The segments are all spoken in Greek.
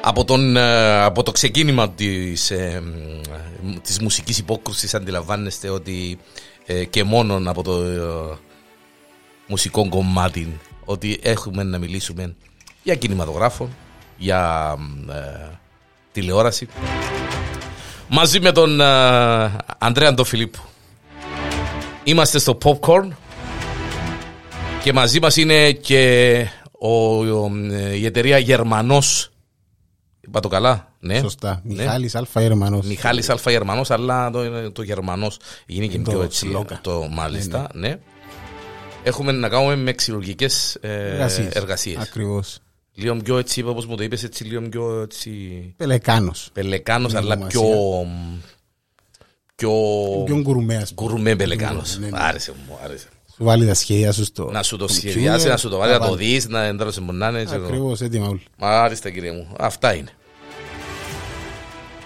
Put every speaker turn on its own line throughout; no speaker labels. από, τον, ε, από το ξεκίνημα της, ε, μ, της μουσικής υπόκρουσης αντιλαμβάνεστε ότι ε, και μόνον από το ε, μουσικό κομμάτι ότι έχουμε να μιλήσουμε για κινηματογράφο, για ε, τηλεόραση μαζί με τον ε, Ανδρέα Αντοφιλίππου. Είμαστε στο Popcorn και μαζί μας είναι και ο, ο, ε, η εταιρεία Γερμανός Είπα το καλά, ναι.
Σωστά.
Ναι.
Μιχάλης Αλφα Γερμανός.
Μιχάλης Α. Γερμανός, αλλά το, το Γερμανός γίνει και
Είναι
πιο
το
έτσι.
σλόγγαν.
Το μάλιστα, ναι. Έχουμε να κάνουμε με ξυλουργικές ε,
Εργασίες.
εργασίες.
Ακριβώς.
Λίγο πιο έτσι, είπα, όπως μου το είπες, έτσι λίγο πιο έτσι...
Πελεκάνος.
Πελεκάνος,
Ναι,
αλλά
ονομασία.
πιο... μ, Πιο...
Ποιον γκουρουμέας.
Γκουρμέ πελεκάνος.
Ναι, ναι.
Άρεσε μου, άρεσε.
Σου βάλει τα σχέδια σου στο...
Να σου το
computer,
σχεδιάσει, να σου το βάλει, να το
βάλει.
δεις, να εντρώσει μου να είναι. ξέρω.
Ακριβώς, έτοιμα όλοι.
Μάλιστα κύριε μου, αυτά είναι.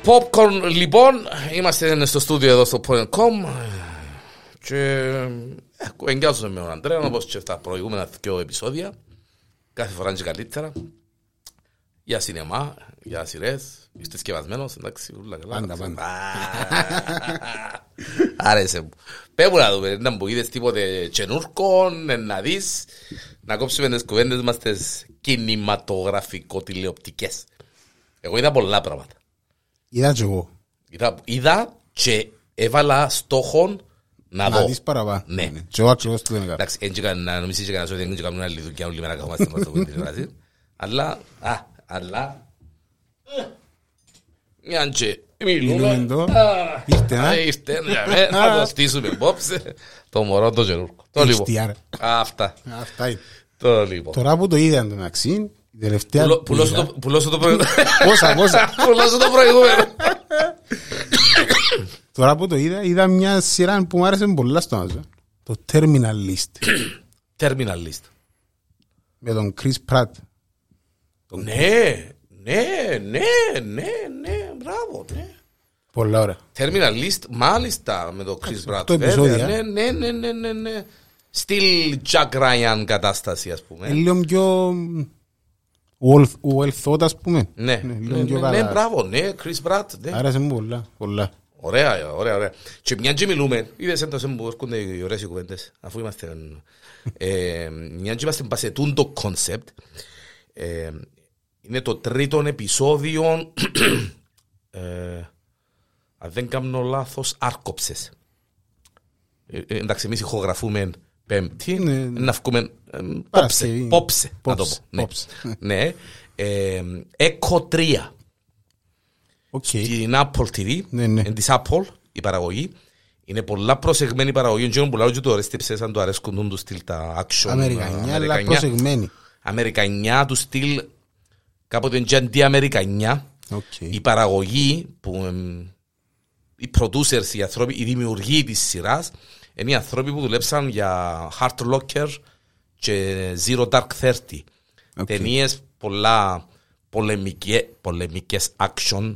Popcorn λοιπόν, είμαστε στο στούντιο εδώ στο Popcorn.com και ε, κουβεντιάζουμε με τον Αντρέα όπως και στα προηγούμενα δύο επεισόδια. Κάθε φορά είναι και καλύτερα. Για σινεμά, για σειρές, είστε σκευασμένος, εντάξει, όλα καλά.
Πάντα, πάντα.
Α, Άρεσε μου. Πες μου να δούμε, να μου είδες τίποτε καινούρκον, ε, να δεις, να κόψουμε τις κουβέντες μας τις κινηματογραφικο-τηλεοπτικές. Εγώ είδα πολλά πράγματα.
Είδα και εγώ.
Είδα, είδα και έβαλα στόχον να
Να
δω.
δεις παραπάνω.
Ναι.
Και εγώ ακριβώς το έλεγα.
Εντάξει, έτσι κα- να νομίζεις και κανένας ότι δεν κάνουμε άλλη δουλειά όλη μέρα καθόμαστε μας το τηλεόραση. Αλλά, α, αλλά... ε, Μιαν και
Μιλούμε
μιλούμε.
εδώ.
α,
Ήρθε, α.
α, Ήρθε, ναι, να το στήσουμε απόψε. Το μωρό το γερούρκο. Το λοιπόν.
HDR.
Αυτά.
Αυτά είναι.
Το λοιπόν.
Τώρα που το είδα εν τω μεταξύ, η τελευταία...
Πουλώ-
που
πουλώσω
είδα-
το- Πουλώσω το προηγούμενο.
Πόσα, πόσα.
Πουλώσω το προηγούμενο.
Τώρα που το είδα, είδα μια σειρά που μου άρεσε πολλά στο Amazon. Το Terminal List.
Terminal list.
με τον Chris Pratt.
Ναι, ναι, ναι, ναι, ναι, μπράβο, ναι.
Πολλά ώρα.
Terminal List, μάλιστα, με το Chris Pratt.
οκτώ
βέβαια,
επεισόδια.
Ναι, ναι, ναι, ναι, ναι, ναι. Στυλ Jack Ryan κατάσταση, ας πούμε.
Είναι λίγο πιο well- well thought, ας πούμε.
Ναι,
λίγο
ναι,
πιο
ναι, ναι,
καλά.
μπράβο, ναι, Chris Pratt, ναι.
Άρεσε μου πολλά, πολλά.
Ωραία, ωραία, ωραία. Και μια και μιλούμε, είδες έντασε που έρχονται οι ωραίες οι κουβέντες, αφού είμαστε... ε, μια και είμαστε μπασετούν το κόνσεπτ, ε, είναι το τρίτο επεισόδιο, ε, αν δεν κάνω λάθος, άρκοψες. Ε, ε, εντάξει, εμείς ηχογραφούμε πέμπτη,
Ναι, ναι.
να βγούμε... ε, Πόψε,
Παρασκευή.
πόψε, να το πω.
Πόψε,
ναι.
πόψε.
Ναι. Ε, Έκο τρία
Οκ.
την Apple TV,
Ναι, ναι.
εν της Apple η παραγωγή. Είναι πολλά προσεγμένη παραγωγή, και που λέω και το αρέστηψε σαν το αρέσκουν τους στυλ τα action.
Αμερικανιά, αλλά
Αμερικανιά.
προσεγμένη.
Αμερικανιά του στυλ, κάποτε είναι και αντιαμερικανιά.
Οκ.
Η παραγωγή που εμ, οι producers, οι άνθρωποι, οι δημιουργοί της σειράς είναι οι άνθρωποι που δουλέψαν για Heart Locker και Zero Dark Thirty.
Οκ.
Ταινίες πολλά πολεμικέ, πολεμικές action,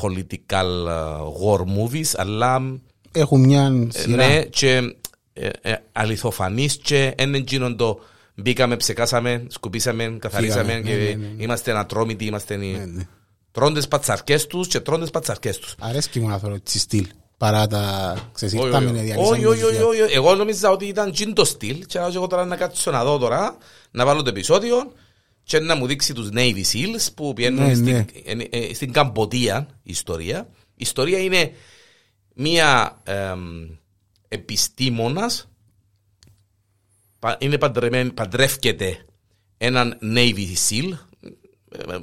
political ε, war movies, αλλά
Έχουν μια
ε,
σειρά.
ναι, και ε, ε, αληθοφανείς και εν εγγύνον το μπήκαμε, ψεκάσαμε, σκουπίσαμε, καθαρίσαμε
Φύγαμε,
και
ναι, ναι, ναι.
είμαστε ανατρόμητοι, είμαστε οι-
Ναι, ναι.
τρώνε τις πατσαρκές τους και τρώνε τις πατσαρκές τους.
Αρέσκει μου να θωρώ τη στυλ. Παρά τα
Όχι,
ξεσυρτάμενα
όχι,
διαλύσαμε.
όχι, όχι, όχι, όχι, όχι. Εγώ νόμιζα ότι ήταν τζιν το στυλ και λέω εγώ τώρα να κάτσω να δω τώρα, να βάλω το επεισόδιο και να μου δείξει τους Navy Seals που πηγαίνουν
Ναι,
στην,
ναι.
ε, ε, στην Καμποδία η ιστορία. Η ιστορία είναι μία εμ, επιστήμονας, πα- είναι παντρεμένη, παντρεύκεται έναν Navy Seal, ε, ε,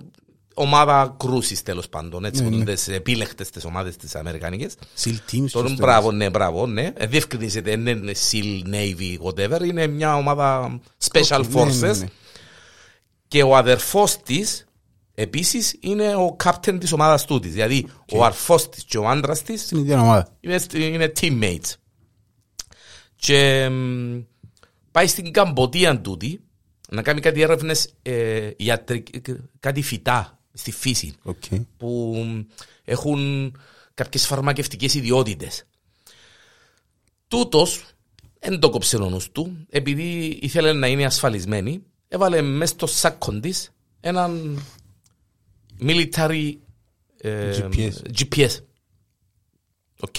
ομάδα κρούσης τέλος πάντων, έτσι
Ναι,
που είναι τις επίλεκτες τις ομάδες τις Αμερικανικές.
Σιλ teams.
Τον
σωστά.
μπράβο, ναι, μπράβο, ναι. Ε, Διευκρινίζεται, δεν είναι SEAL, Navy, whatever. Είναι μια ομάδα Special
Ναι, ναι,
Forces.
ναι.
Και ο αδερφός της, επίσης, είναι ο captain της ομάδας τούτης. Δηλαδή, ο αρφός της και ο άντρας της
Στην ίδια ομάδα.
είναι, στι- είναι teammates. Και μ, πάει στην Καμποτία τούτη να κάνει κάτι έρευνες ε, ιατρικ- κάτι φυτά στη φύση
Οκ.
που έχουν κάποιες φαρμακευτικές ιδιότητες. Τούτος, εν το κόψε ο νους του, επειδή ήθελε να είναι ασφαλισμένη, έβαλε μέσα στο σάκκον της έναν military ε,
GPS.
GPS. Οκ.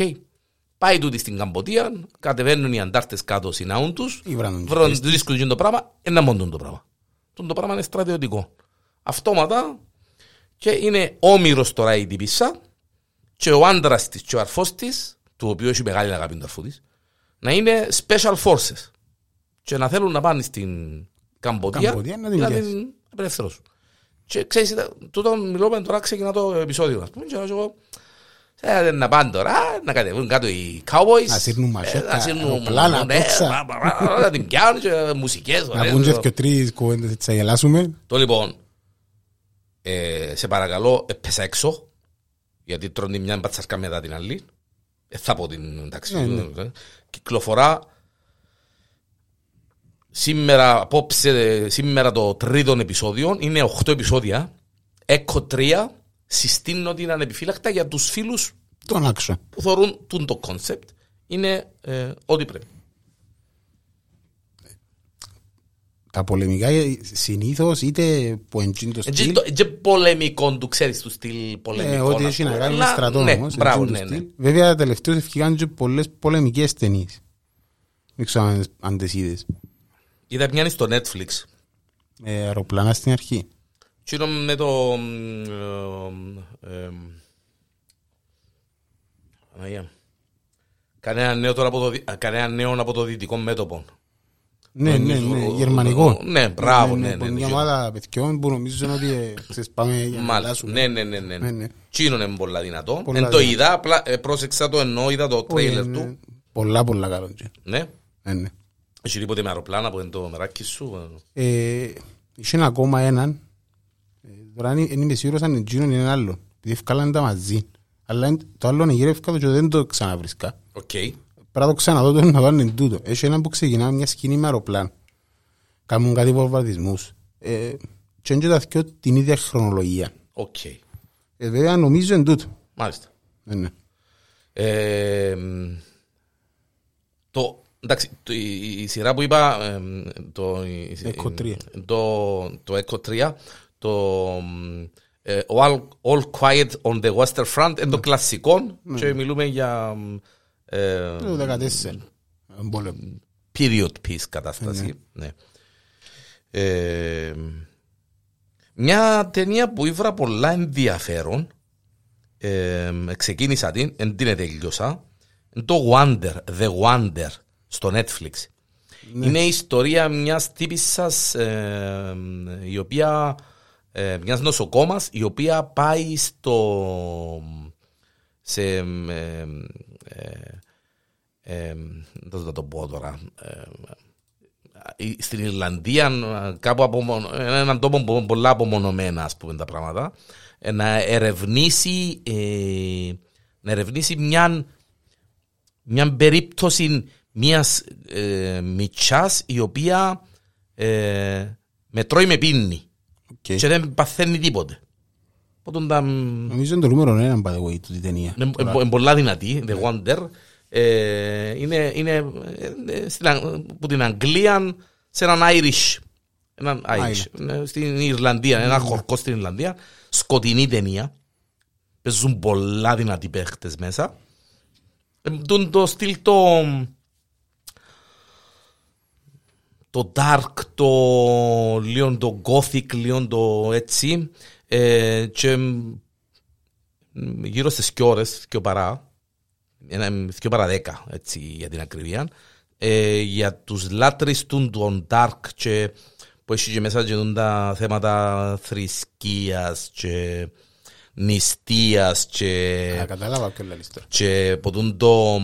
Πάει τούτη στην Καμποτία, κατεβαίνουν οι αντάρτες κάτω, συναούν τους,
Ή βράδυ.
βρουν, βρίσκουν εκείνο το πράγμα, ένα μόνο το πράγμα. Τον το πράγμα είναι στρατιωτικό. Αυτόματα και είναι όμοιρος τώρα η τυπίσα και ο άντρας της και ο αρφός της, του οποίου έχει μεγάλη αγάπη του αρφού της, να είναι special forces και να θέλουν να πάνε στην Καμποτία,
Καμποτία να την πιάσουν.
απελευθερώσουν. Και ξέρεις, ήταν- τούτο μιλούμε τώρα ξεκινά το επεισόδιο, ας πούμε, και λέω εγώ, «Ε, να πάνε τώρα, να κατεβούν κάτω οι cowboys.
Να σύρνουν
ε,
μαχαίτα,
να σύρνουν-
αεροπλάνα,
ναι,
τόξα».
μπα, μπα, μπα, Να την πιάνουν και μουσικές.
Να
ωραίες,
πούν και
ξέρω.
δυο τρεις κουβέντες έτσι θα γελάσουμε.
Το λοιπόν, ε, σε παρακαλώ, ε, πέσα έξω, γιατί τρώνε μια μπατσαρκά μετά την άλλη. Ε, θα πω την εντάξει.
Ναι,
ε, Κυκλοφορά σήμερα, απόψε, ε, σήμερα το τρίτο επεισόδιο, είναι 8 επεισόδια. Έκο 3, συστήνω την ανεπιφύλακτα για τους φίλους
Τον άκουσα.
που θεωρούν τούν το κόνσεπτ. Είναι ε, ό,τι πρέπει.
Τα πολεμικά ε, συνήθως είτε που εντζήν το
Εντζέ
στυλ.
το- εντζέ πολεμικό του, ξέρεις, του στυλ πολεμικό.
ε, Ό,τι
να
έχει
πούμε,
να κάνει με
Ναι, αλλά,
στρατός
ναι,
όμως.
μπράβο,
εντζήν
ναι,
το
ναι.
στυλ. Βέβαια τελευταίως ευκήκαν και πολλές πολεμικές ταινίες. Δεν ξέρω αν- αν τις είδες.
Είδα μια στο Netflix.
Ε, Αεροπλάνα στην αρχή.
Τι είναι με το. μ, ε, ε, Παναγία. Κανένα νέο, τώρα από το, δι- κανένα νέο από το δυτικό μέτωπο.
Ναι, ναι,
Νομίζω-
ναι, γερμανικό.
Ναι, μπράβο, ναι,
που
ναι,
Μια
ναι.
ομάδα παιδιών που νομίζουν ότι ε, ξέρεις, πάμε για να
Μάλιστα.
αλλάσουμε.
Ναι, ναι, ναι. ναι.
Ναι, ναι.
Τι είναι πολύ δυνατό.
Πολλά
Εν το
δυνατό.
είδα, απλά ε, πρόσεξα το ενώ είδα το τρέιλερ
Ναι, ναι.
του.
Πολλά, πολλά καλό. τζι.
Ναι.
Ναι, ναι.
Έχει τίποτε με αεροπλάνα που είναι το μεράκι σου. ε.
Ε, Είχε ακόμα έναν. ε, Τώρα δεν δεν είμαι σίγουρος αν εκείνον είναι άλλο. Επειδή ευκάλαν τα μαζί. Αλλά εν- το άλλο είναι γύρευκα το και δεν το ξαναβρίσκα.
Οκ.
Πρέπει να το ξαναδώ το να βάλουν τούτο. Έχει έναν που ξεκινά μια σκηνή με αεροπλάνο. Κάνουν κάτι βομβαρδισμούς. Ε, Και είναι και τα δυο την ίδια χρονολογία.
Οκ.
Ε, Βέβαια νομίζω εν τούτο.
Μάλιστα.
Ναι, ναι.
Ε, μ, το, εντάξει, το- η, η σειρά που είπα, ε, μ, το, η-
Echo
η-
3.
το, το Echo 3, το μ, ε, ο All, All Quiet on the Western Front, είναι το κλασικό και μιλούμε για μ, ε,
Το 14. Ε, πόλεμο.
period piece κατάσταση. Ναι. Ε, μια ταινία που ήβρα πολλά ενδιαφέρον. Ε, ξεκίνησα την, δεν την τελειώσα. Είναι Το Wonder, The Wonder στο Netflix. Είναι η ιστορία μιας τύπησα ε, η οποία. Ε, μιας νοσοκόμας η οποία πάει στο. σε. ε, ε, ε, δεν θα το πω τώρα, ε, ε, στην Ιρλανδία, ε, κάπου από, έναν τόπο πο- πολλά απομονωμένα, ας πούμε, τα πράγματα, ε, να ερευνήσει, ε, να ερευνήσει μια, μια περίπτωση μιας ε, μητσάς η οποία ε, με τρώει με πίνει
Οκ.
και δεν παθαίνει τίποτε. Οπότε τα,
Νομίζω είναι το νούμερο ένα, by the way, τούτη ταινία.
είναι ε, πο- ε, πολλά δυνατή, The Wonder. Ε, είναι είναι ε, ε, στην, Α- που την Αγγλία σε έναν Irish. Έναν Irish. ε, Στην Ιρλανδία, ένα χορκό στην Ιρλανδία. Σκοτεινή ταινία. Παίζουν πολλά δυνατοί παίχτες μέσα. Ε, τούν το στυλ το... Το dark, το λίγο το gothic, λίγο το έτσι. Ε, και μ, γύρω στις και ώρες, και παρά, ένα, και παρά δέκα, έτσι, για την ακρίβεια, ε, για τους λάτρεις του των dark και που έχει και μέσα και τούν τα θέματα θρησκείας και νηστείας και
Α, Κατάλαβα ποιο λαλείς τώρα.
και ποτούν το...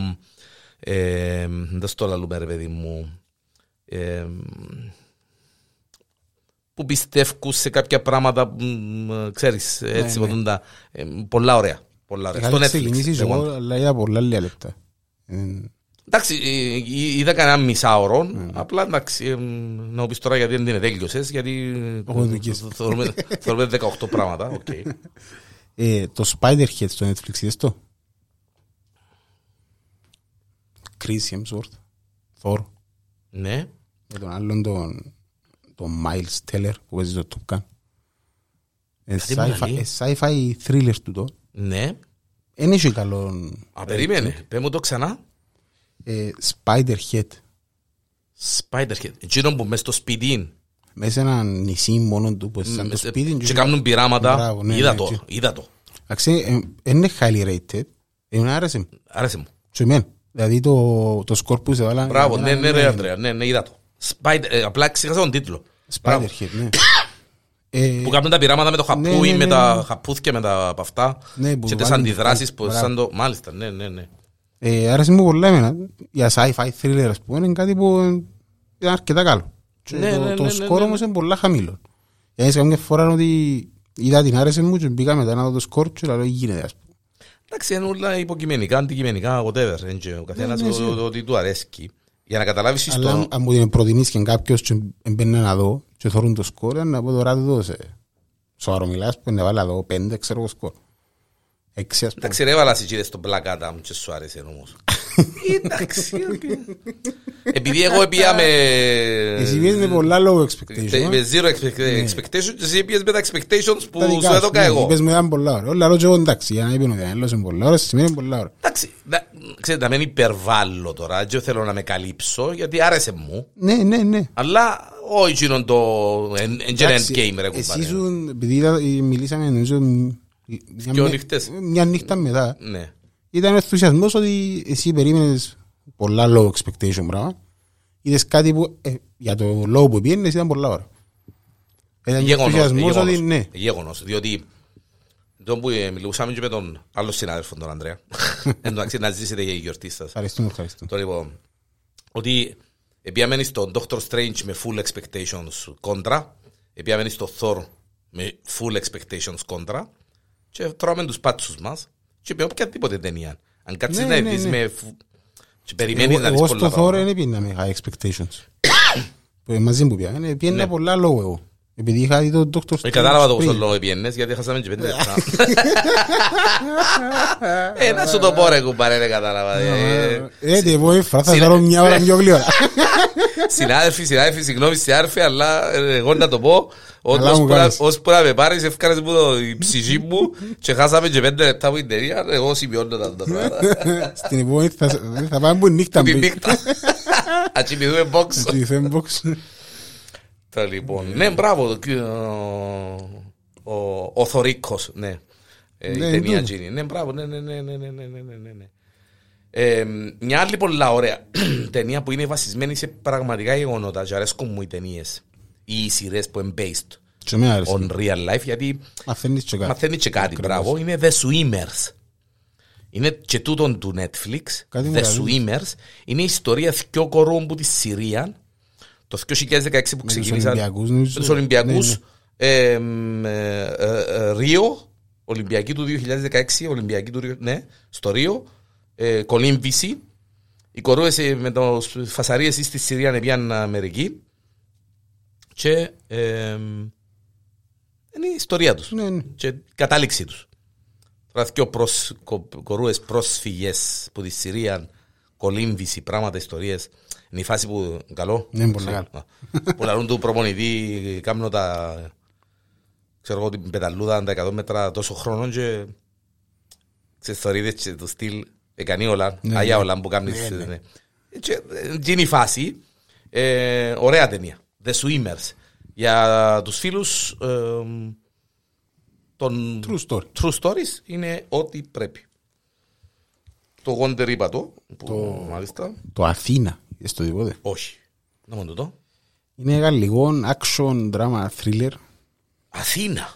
Ε, δεν στο λαλούμε ρε παιδί μου. Ε, που πιστεύουν σε κάποια πράγματα, μ, ε, ξέρεις,
Ναι,
έτσι ποτούν τα... ε, πολλά ωραία. Πολλά ωραία. Στο
Είχα ξεκινήσει
Netflix.
και Ε, εγώ,
εγώ.
αλλά είδα πολλά λίγα λεπτά. Ε,
Εντάξει, ε, ε, είδα κανένα μισάωρο,
Ναι.
απλά εντάξει, ε, μ, να μου πεις τώρα γιατί δεν την τέλειωσες, γιατί ε,
Έχω δικές.
θεωρούμε θεωρούμε 18 πράγματα, οκ.
ε, Το Spiderhead στο Netflix, είδες το. Chris Hemsworth, Thor,
Ναι,
με τον άλλον τον, τον Miles Teller που παίζει στο Top Gun. Ε,
Κάτι μου
sci-fi-
λαλεί.
ε, Sci-fi thriller του το.
Ναι.
Εν έχει καλό.
Α,
ναι.
περίμενε. Πες μου το ξανά.
Ε, Spiderhead.
Spiderhead. Εκείνο που μες στο σπίτι είναι.
Μέσα σε ένα νησί μόνο του που είναι σαν το σπίτι.
ε, Και
του.
κάνουν πειράματα.
Μπράβο, ναι,
Είδα
ναι,
το.
έτσι.
Είδα το.
Εντάξει, ε, εν είναι highly rated. Ε, μου άρεσε μου.
Άρεσε μου.
Σου εμένα. Δηλαδή το, το σκορ που σε βάλα.
Μπράβο, ναι,
εμένα
ναι,
είναι
ρε, Αντρέα, ναι, ναι, είδα το. Spider- ε, απλά ξέχασα τον τίτλο. Μπράβο.
Spiderhead, ναι. Ε,
Που κάνουν τα πειράματα με το
ναι, ναι,
χαπούι,
ναι,
με
ναι.
τα χαπούθια, με τα απ' αυτά.
Ναι, που
Και τις
βάλουν-
αντιδράσεις που
Μπράβο.
σαν το... Μάλιστα, ναι, ναι, ναι.
Ε, άρεσε μου πολλά εμένα. Για sci-fi thriller, ας πούμε, είναι κάτι που ε, είναι αρκετά καλό. Και
Ναι,
το,
ναι,
το
ναι, ναι,
σκορ
ναι.
όμως είναι πολλά χαμηλό. Γιατί σε καμιά φορά είναι ότι είδα την άρεσε μου και μπήκα μετά να δω το σκορ και λέω «Τι γίνεται, ας πούμε.
Εντάξει, είναι όλα υποκειμενικά, αντικειμενικά, whatever. εν και Ο καθένας
ναι,
το-
σίγουρα.
το- ότι του αρέσκει. Για να καταλάβεις
Αλλά αν-
το...
αν μου την προτείνεις και κάποιος και μπαίνει να δω και θωρούν το σκορ, να πω τώρα δεν το σε σοβαρό μιλάς που είναι βάλα εδώ πέντε, ξέρω εγώ σκορ. Έξι, ας πούμε.
Εντάξει, ρε, έβαλα συγκίδες στον πλακάτα μου και σου άρεσε όμως. Εντάξει, οκ. επειδή εγώ πήγα με...
Ε, Εσύ βγαίνεις με πολλά low expectation. ε.
Με zero expect- expectations και εσύ πήγες με τα expectations
Ναι.
που
Τα δικά
σου
σου,
έδωκα
ναι,
εγώ.
είπες μου ήταν πολλά ωραία. Όλα λέω και εγώ εντάξει, για να είπαν ότι αν λέω είναι πολλά ωραία, σημαίνει πολλά ωραία.
Εντάξει, να- ξέρετε, να μην υπερβάλλω τώρα, δεν θέλω να με καλύψω, γιατί άρεσε μου.
Ναι, ναι, ναι.
Αλλά όχι γίνον το εν- εν- εν-
Εντάξει,
endgame, ρε
Εσύ
κουμπάρε.
ήσουν, επειδή είδα- ε, μιλήσαμε νομίζω μια,
Δυο
με-
νύχτες.
μια νύχτα μετά,
Ναι.
ήταν ενθουσιασμός ότι εσύ περίμενες πολλά low expectation πράγμα. Είδες κάτι που ε, για το low που πήγαινες ήταν πολλά ωραία. Ήταν ενθουσιασμός
Γεγονός,
ότι ναι.
γεγονός, διότι τον που ε, μιλούσαμε και με τον άλλο συνάδελφο, τον Ανδρέα, εντάξει να ζήσετε για η γιορτής σας.
Ευχαριστούμε, ευχαριστούμε.
Το λοιπόν, ότι επιαμένεις στον Doctor Strange με full expectations κόντρα, επιαμένεις στο Thor με full expectations κόντρα και τρώμε τους πάτσους μας και με οποιαδήποτε ταινία. Αν κάτσεις
Ναι,
να
ναι,
δεις
ναι.
με... φου- και περιμένεις
Εγώ
να δεις
εγώ στο
πολλά
Thor
πράγματα. Ε,
δεν πήγαινα με high expectations. Που, ε, Μαζί μου πήγαινα. Ε, Πήγαινα πολλά low εγώ. Επειδή είχα δει τον Dr.
Ε,
Strange
Κατάλαβα το πόσο
πριν.
λόγο επιένες γιατί χάσαμε και πέντε λεπτά. Ε, να σου το πω ρε κουμπάρε, δεν κατάλαβα. ε.
Ε, τι, εγώ έφερα, θα
Συ-
ζαρώ μια ώρα πιο γλυόρα.
Συνάδελφοι, συνάδελφοι, συγγνώμη, συνάδελφοι, αλλά ε, εγώ να το πω.
Αλλά μου κάνεις.
Ως που να με πάρεις, έφκανες μου το η ψυχή μου και χάσαμε και πέντε λεπτά από την εταιρεία. Εγώ σημειώνω τα τα πράγματα.
Στην επόμενη θα, Ε, θα πάμε που νύχτα
Την
μπει.
νύχτα. Α κοιμηθούμε μπόξ.
Στη Fembox.
Τα λοιπόν. Ναι, μπράβο. ε, ο- Ο Θωρίκος, ναι. Ε, Η
Ναι,
ταινία
τούτο.
Τζίνι. Ναι, μπράβο, ναι, ναι, ναι, ναι, ναι, ναι, ναι, ναι, ναι. Ε, μια άλλη πολλά ωραία ταινία που είναι βασισμένη σε πραγματικά γεγονότα και αρέσκουν μου οι ταινίες ή οι σειρές που είναι based
Και εμένα άρεσε.
on real life γιατί
Μαθαίνεις και κάτι.
μαθαίνεις και κάτι, μπράβο, είναι The Swimmers. Είναι και τούτον του Netflix,
Κάτι μου
The
κάνει.
Swimmers. Είναι η ιστορία δυο κορών που τη Συρία, το 2016 που
τους
ξεκίνησαν
Ολυμπιακούς, νομίζω.
με τους Ολυμπιακούς,
Ναι,
εμ, ε, ε, ε, Ρίο, Ολυμπιακή του 2016, Ολυμπιακή του Ρίο, ναι, στο Ρίο, ε, Κολύμβηση. Οι κορούες ε, με τους φασαρίες στη Συρία να πιάνουν Αμερική και εμ, είναι η ιστορία τους
Ναι, ναι.
και κατάληξή τους. Τώρα δυο προσ, κο, κορούες πρόσφυγες που τη Συρία, κολύμβηση, πράγματα, ιστορίες. Είναι η φάση που καλό.
Ναι, πολύ καλό.
Α, Που λαλούν του προπονητή, κάμνω τα... Ξέρω εγώ την πεταλούδα, τα 100 μέτρα τόσο χρόνο και... Ξέρεις, θωρίδες και του στυλ, έκανε όλα,
Ναι,
αγιά
ναι.
όλα που κάνεις. ναι. Και, ε, και είναι η φάση. Ε, ωραία ταινία. The Swimmers. Για τους φίλους ε, των
True story.
True Stories είναι ό,τι πρέπει. Το Wonder είπα το, που μάλιστα.
Το Αθήνα. Είδες το τίποτε.
Όχι. Να μου το δω.
Είναι γαλλικό action drama thriller
Αθήνα.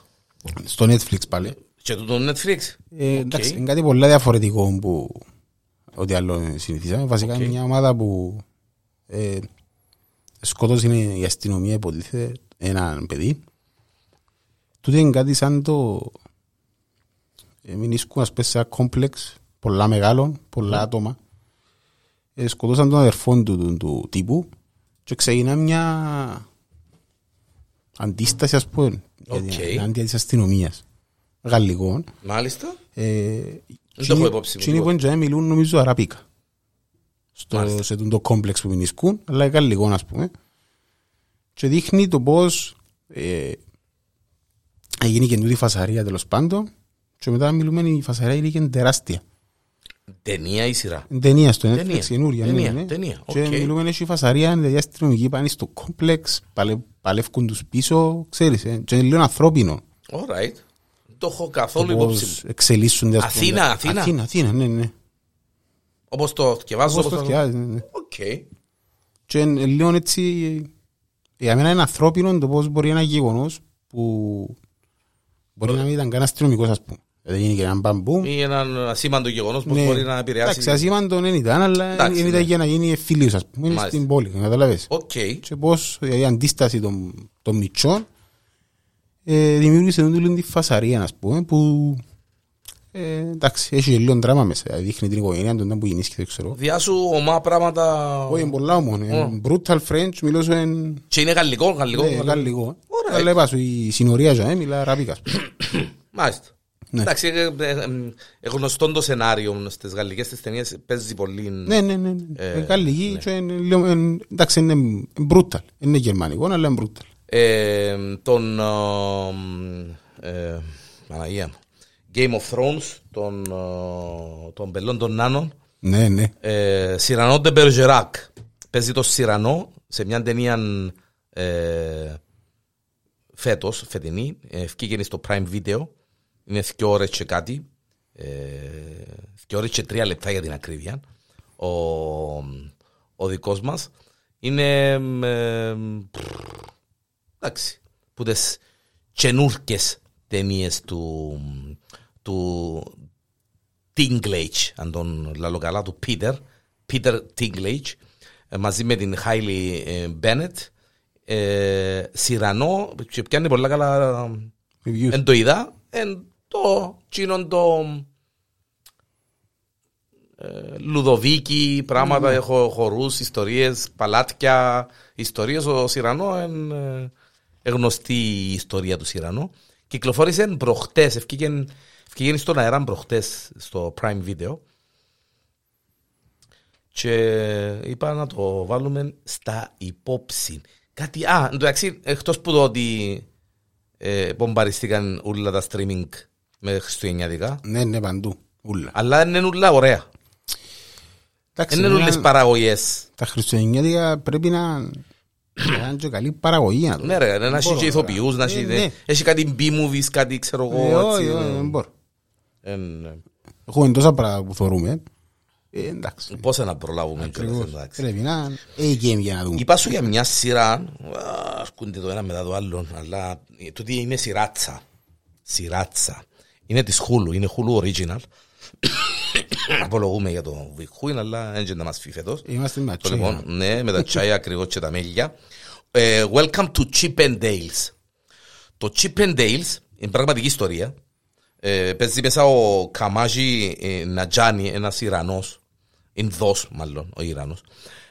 στο Netflix πάλι.
Και το, το Netflix.
Ε,
Οκ.
Εντάξει, είναι κάτι πολύ διαφορετικό που ό,τι άλλο συνηθίσαμε. Βασικά είναι μια ομάδα που ε, σκότωσε η αστυνομία υποτίθεται έναν παιδί. Τούτο είναι κάτι σαν το ε, μην ίσκουν ας πούμε σε ένα κόμπλεξ πολλά μεγάλων,
Ναι.
πολλά άτομα. Ε, σκοτώσαν τον αδερφό του, του, του τύπου και ξεκινά μια αντίσταση ας πούμε
Οκ.
okay. ενάντια της αστυνομίας γαλλικών
Μάλιστα.
δεν
το έχω υπόψη μου,
Τσινί
λοιπόν.
που εντζάμε μιλούν νομίζω αραπίκα. Στο,
Μάλιστα.
σε το κόμπλεξ που μηνισκούν, αλλά είναι λίγο ας πούμε. Και δείχνει το πώς ε, Έγινε και τούτη φασαρία τέλος πάντων. Και μετά μιλούμε η φασαρία είναι τεράστια.
Ταινία ή σειρά.
Είναι Ταινία στο
Ταινία.
Netflix, καινούρια. ναι,
Ταινία,
ναι.
ταινία,
Και
οκ.
μιλούμε έχει φασαρία, είναι δηλαδή αστυνομικοί πάνε στο κόμπλεξ, παλε- παλεύκουν τους πίσω, ξέρεις, ε, και είναι λίγο ανθρώπινο.
Alright. Δεν Το έχω καθόλου υπόψη μου.
Πώς εξελίσσονται. ας πούμε.
Αθήνα, Αθήνα.
Αθήνα, Αθήνα, ναι, ναι.
Όπως το διαβάζω.
Πώς
Όπως
το
το.
φτιάχνεις, ναι, ναι.
Οκ.
Και είναι λίγο έτσι, για μένα είναι ανθρώπινο το πώς μπορεί ένα γεγονός που μπορεί να μην ήταν καν αστυνομικός, ας πούμε. Δεν γίνει και ένα μπαμπού.
Ή έναν ασήμαντο γεγονός που
Ναι.
μπορεί να
Εντάξει,
επηρεάσει.
ασήμαντο δεν ήταν, αλλά
Εντάξει,
δεν
ναι.
ήταν για να γίνει φιλίος, ας πούμε, είναι
Μάλιστα.
στην πόλη, καταλαβαίνεις.
Οκ.
και πώς δηλαδή, η αντίσταση των, των μητσών ε, δημιούργησε τούτη λίγο τη φασαρία, ας πούμε, που ε, εντάξει, έχει και λίγο δράμα μέσα. Δηλαδή, Δείχνει την οικογένεια του, που γεννήθηκε, δεν ξέρω.
Διάσου ομά πράγματα.
Όχι, είναι πολλά όμως. είναι Brutal French, μιλώ σου εν
Και είναι γαλλικό, γαλλικό.
ναι,
γαλλικό.
γαλλικό.
Ωραία.
Αλλά είπα σου, Ε, η συνορία σου, ε, μιλά αραβικά. ας πούμε.
Μάλιστα.
Ναι.
Εντάξει, ε, ε, ε, ε, γνωστό το σενάριο στις γαλλικές τις ταινίες παίζει πολύ.
Ναι, ναι, ναι. ναι.
Ε,
Είναι Γαλλική, και είναι λίγο, εν, εντάξει, είναι εν, brutal. Είναι γερμανικό, αλλά είναι brutal.
Ε, τον. ε, ε, Παναγία μου. Game of Thrones των, ε, των πελών των Νάνων.
Ναι, ναι.
Ε, Σιρανό de Bergerac. Παίζει το Σιρανό σε μια ταινία ε, φέτος, φετινή. Ε, Βγήκε στο Prime Video. Είναι 2 ώρες και κάτι. Ε, 2 ώρες και 3 λεπτά για την ακρίβεια. Ο, ο δικός μας είναι. ε, πρ, εντάξει. Που τι καινούρκε ταινίες του, του, Tinglage, αν τον λαλώ καλά, του Peter, Peter Tinglage, ε, μαζί με την Χάιλι Μπένετ, ε, Σιρανό, και πιάνει πολλά καλά,
Reviews.
εν το είδα, εν το τσίνον το ε, Λουδοβίκη, πράγματα, έχω χορούς, ιστορίες, παλάτια, ιστορίες. Ο Σιρανό είναι γνωστή η ιστορία του Σιρανό. Κυκλοφόρησε προχτές, ευκήγεν, ευκήγεν στον αερά προχτές στο Prime Video. Και είπα να το βάλουμε στα υπόψη. Κάτι, α, εντάξει, εκτός που το ότι ε, μπομπαριστήκαν όλα τα streaming με Χριστουγεννιάτικα,
Ναι, ναι, παντού. Ούλα.
αλλά είναι όλα ωραία.
Εντάξει,
Είναι
εμένα-
όλε παραγωγές.
Τα χριστουγεννιάτικα πρέπει να να κάνουν και καλή παραγωγή. να το
Ναι, ρε, να έχει
μπορώ,
και ηθοποιούς, να
ναι,
έχει,
ναι.
έχει κάτι B-movies, κάτι ξέρω
πω. Ε,
εγώ.
όχι,
έτσι,
όχι,
ε,
δεν μπορώ.
ε, ναι.
Έχουμε τόσα πράγματα που θεωρούμε. Ε, εντάξει.
Πώς να προλάβουμε,
Ακριβώς.
κιόλας, εντάξει.
Πρέπει να είναι A-game για να δούμε.
Είπα σου για μια σειρά, α, αρκούνται το ένα μετά το άλλο, αλλά ε, τούτη είναι σειράτσα. Σειράτσα. Είναι της Hulu, είναι Hulu original. Απολογούμε για το Βικούιν, αλλά έγινε να μας φύγει φέτος.
Είμαστε
Το
ματσί.
λοιπόν, ναι, με τα τσάι ακριβώς και τα μέλια. Ε, welcome to Chippendales. Το Chippendales είναι πραγματική ιστορία. Ε, παίζει μέσα ο Καμάζι ε, Νατζάνι, ένας Ιρανός, Ινδός μάλλον, ο Ιρανός.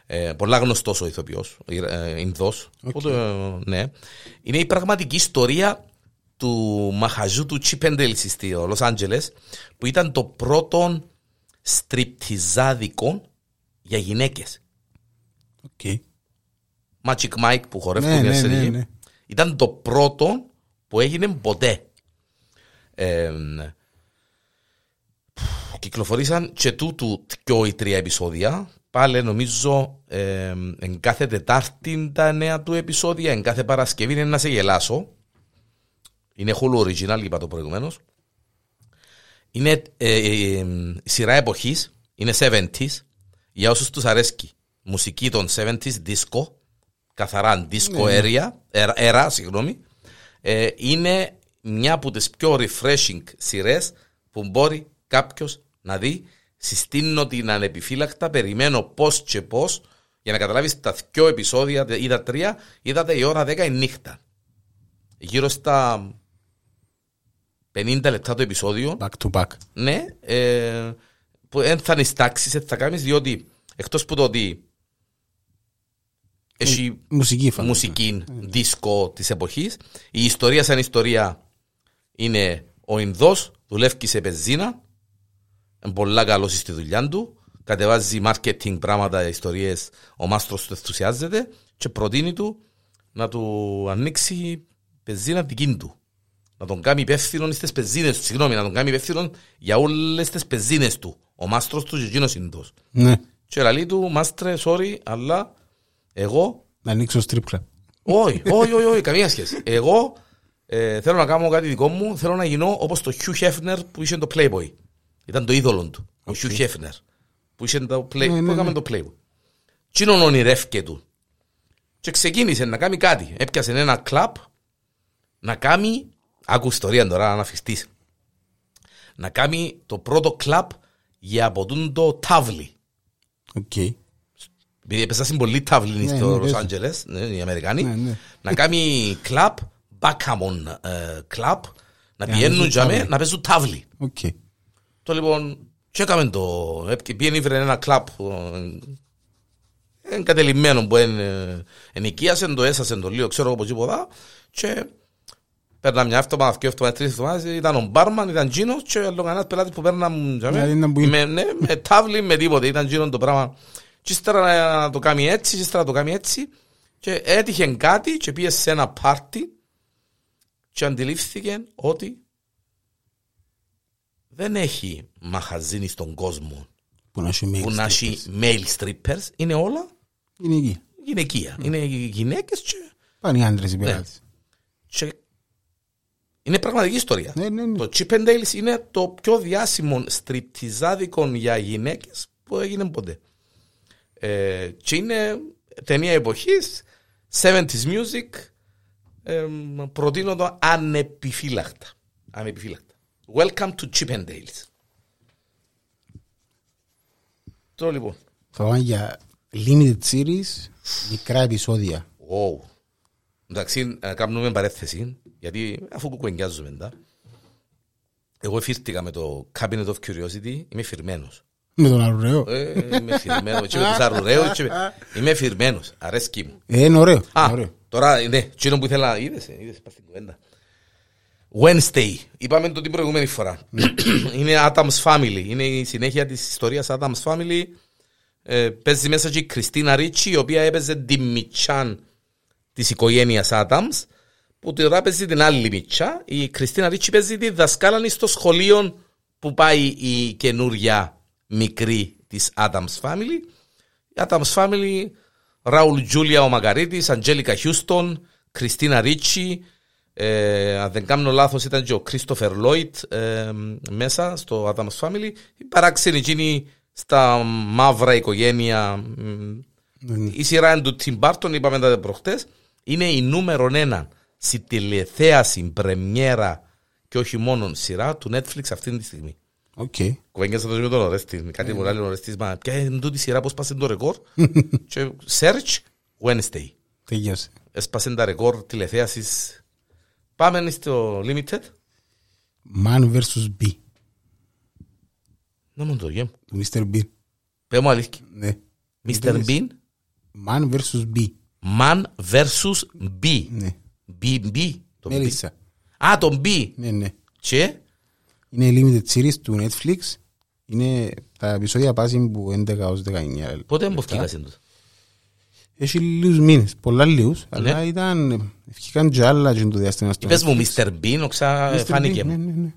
Ε, πολλά γνωστός ο ηθοποιός, ο Ιρα- ε, Ινδός. Οπότε, ε, ναι. Είναι η πραγματική ιστορία του μαχαζού του Chippendales στο Λος Άντζελες, που ήταν το πρώτο στριπτιζάδικο για γυναίκες.
Οκ.
Magic Mike που
Ναι,
χορεύτηκε
ναι,
σε
ναι,
εκεί.
ναι.
Ήταν το πρώτο που έγινε ποτέ. Ε, που κυκλοφορήσαν και τούτου δυο ή τρία επεισόδια. Πάλι νομίζω ε, εν κάθε Τετάρτη τα νέα του επεισόδια, εν κάθε Παρασκευή είναι να σε γελάσω. Είναι Hulu Original, είπα το προηγουμένως. Είναι ε, ε, ε, σειρά εποχής, είναι 70s. Για όσους τους αρέσκει, μουσική των 70s, disco, καθαρά disco area, era, era, συγγνώμη, ε, είναι μια από τις πιο refreshing σειρές που μπορεί κάποιος να δει. Συστήνω την ανεπιφύλακτα, περιμένω πώς και πώς, για να καταλάβεις τα δυο επεισόδια ή τα τρία, είδατε η ώρα 10 η νύχτα. Γύρω στα 50 λεπτά το επεισόδιο,
Back to back.
ναι, ε, που δεν θα νιστάξεις, δεν θα κάνεις, διότι εκτός που το ότι έχει
Μουσική φαντάζομαι.
μουσική, δίσκο της εποχής, η ιστορία σαν ιστορία είναι ο Ινδός, δουλεύει σε πεζίνα, είναι πολλά καλός στη δουλειά του, κατεβάζει marketing πράγματα, ιστορίες, ο μάστρος του ενθουσιάζεται και προτείνει του να του ανοίξει πεζίνα δική του να τον κάνει υπεύθυνο στις πεζίνες του. Συγγνώμη, να τον κάνει υπεύθυνο για όλες τις πεζίνες του. Ο μάστρος του Ζυγίνο Ιντό.
Ναι.
Και λέει του, μάστρε, sorry, αλλά εγώ.
Να ανοίξω strip club.
Όχι, όχι, όχι, όχι, καμία σχέση. Εγώ ε, θέλω να κάνω κάτι δικό μου. Θέλω να γίνω όπως το Hugh Hefner που είχε το Playboy. Ήταν το είδωλο του. Ο Hugh Hefner. Που είχε το Playboy.
ναι,
που
ναι.
έκαμε το Playboy. Τι είναι ονειρεύκε του. Και ξεκίνησε να κάνει κάτι. Έπιασε ένα κλαπ να κάνει. Άκου ιστορία τώρα, αναφιστή. Να κάνει το πρώτο κλαπ για από τούτον το τάβλι.
Οκ.
Επειδή έπαιζα στην πολύ τάβλινη
Ναι,
στο
ναι,
Λος
παίζει.
Άντζελες, ναι, οι Αμερικάνοι,
Ναι, ναι.
να κάνει κλαπ, backgammon ε, κλαπ, να
να
πηγαίνουν
παίζουν
τζαμέ,
τάβλι.
να παίζουν τάβλι.
Οκ.
Το λοιπόν, και έκαμε το, έπ- πήγαινε ήβρε ένα κλαπ, ε, εν κατελημμένο που εν, ε, ενοικίασε, το έσασε το λίγο, ξέρω όπως είπα, και παίρνα μια εβδομάδα, δυο εβδομάδες, τρεις εβδομάδες, ήταν ο μπάρμαν, ήταν τζίνος και άλλο κανένας πελάτης που παίρναν τζαμέ,
Δηλαδή, ήταν που
με,
είναι.
ναι, με τάβλη, με τίποτε, ήταν τζίνο το πράγμα. Και ύστερα να το κάνει έτσι, και ύστερα να το κάνει έτσι. Και έτυχε κάτι και πήγε σε ένα πάρτι και αντιλήφθηκε ότι δεν έχει μαχαζίνι στον κόσμο
Που να σου make
που να
strip.
έχει male strippers, είναι όλα
Είναι εκεί.
γυναικεία. Είναι γυναίκες και,
Πάνε οι άντρες οι πελάτες.
και είναι πραγματική ιστορία.
Ναι, ναι, ναι.
Το Chippendales είναι το πιο διάσημο στριπτιζάδικο για γυναίκες που έγινε ποτέ. Ε, και είναι ταινία εποχής, 70s music. Ε, προτείνω το ανεπιφύλακτα. ανεπιφύλακτα. Welcome to Chippendales. Τώρα λοιπόν.
Θα πάμε για limited series, μικρά επεισόδια.
Wow. Εντάξει, να κάνουμε παρέθεση, γιατί αφού κουκουενιάζουμε τα, εγώ εφήρτηκα με το Cabinet of Curiosity, είμαι φυρμένος.
Με τον Αρουραίο.
Ε, είμαι φυρμένος, και με τους αρουραίους, και με- είμαι φυρμένος, αρέσκει μου.
Ε, είναι ωραίο.
Α,
ωραίο.
τώρα, ναι, εκείνο που ήθελα, είδες, ε, είδες, πας στην κουβέντα. Wednesday, είπαμε το την προηγούμενη φορά. είναι Adam's Family, είναι η συνέχεια της ιστορίας Adam's Family. Ε, παίζει μέσα και η Κριστίνα Ρίτσι, η οποία έπαιζε τη Μιτσάν της οικογένειας Adams, που τώρα παίζει την άλλη Μιτσά. Η Κριστίνα Ρίτσι παίζει τη δασκάλανη στο σχολείο που πάει η καινούρια μικρή της Adams Family. Η Adams Family, Ραουλ Τζούλια ο Μακαρίτης, Αντζέλικα Χιούστον, Κριστίνα Ρίτσι, ε, αν δεν κάνω λάθος ήταν και ο Κρίστοφερ Λόιτ ε, μέσα στο Adams Family. Η παράξενη εκείνη στα μαύρα οικογένεια. μ,
Ναι.
Η σειρά είναι του Τιμ Μπάρτον, είπαμε τα προχτές, είναι η νούμερο ένα στη τηλεθέαση, πρεμιέρα και όχι μόνο σειρά του Netflix αυτή τη στιγμή.
Οκ.
Κουβέντιασα το με τον Ορέστη, κάτι
Ναι,
που λέει ο Ορέστης, μα ποια είναι τούτη σειρά, πώς πάσε το ρεκόρ. και search Wednesday.
Τελειώσε.
Έσπασε τα ρεκόρ τηλεθέασης. Πάμε στο Limited.
Man vs. B.
Να μου το γεμ.
Του Mr. B.
Πες μου αλήθεια.
Ναι.
Mr. Bean,
Man vs. B.
Man versus B.
Ναι.
B, B. Το B.
Μέλισσα.
Α, τον B.
Ναι, ναι.
Και
Είναι limited series του Netflix. Είναι τα επεισόδια πάση που 11 έως 19.
πότε μου βγήκασαι τούτο.
Έχει λίγους μήνες, πολλά λίγους, αλλά ήταν, βγήκαν και άλλα και το διάστημα στο
Ναι. Πες μου, Mr. Bean, οξά
Mr.
φάνηκε
Bean,
μου.
Ναι, ναι, ναι.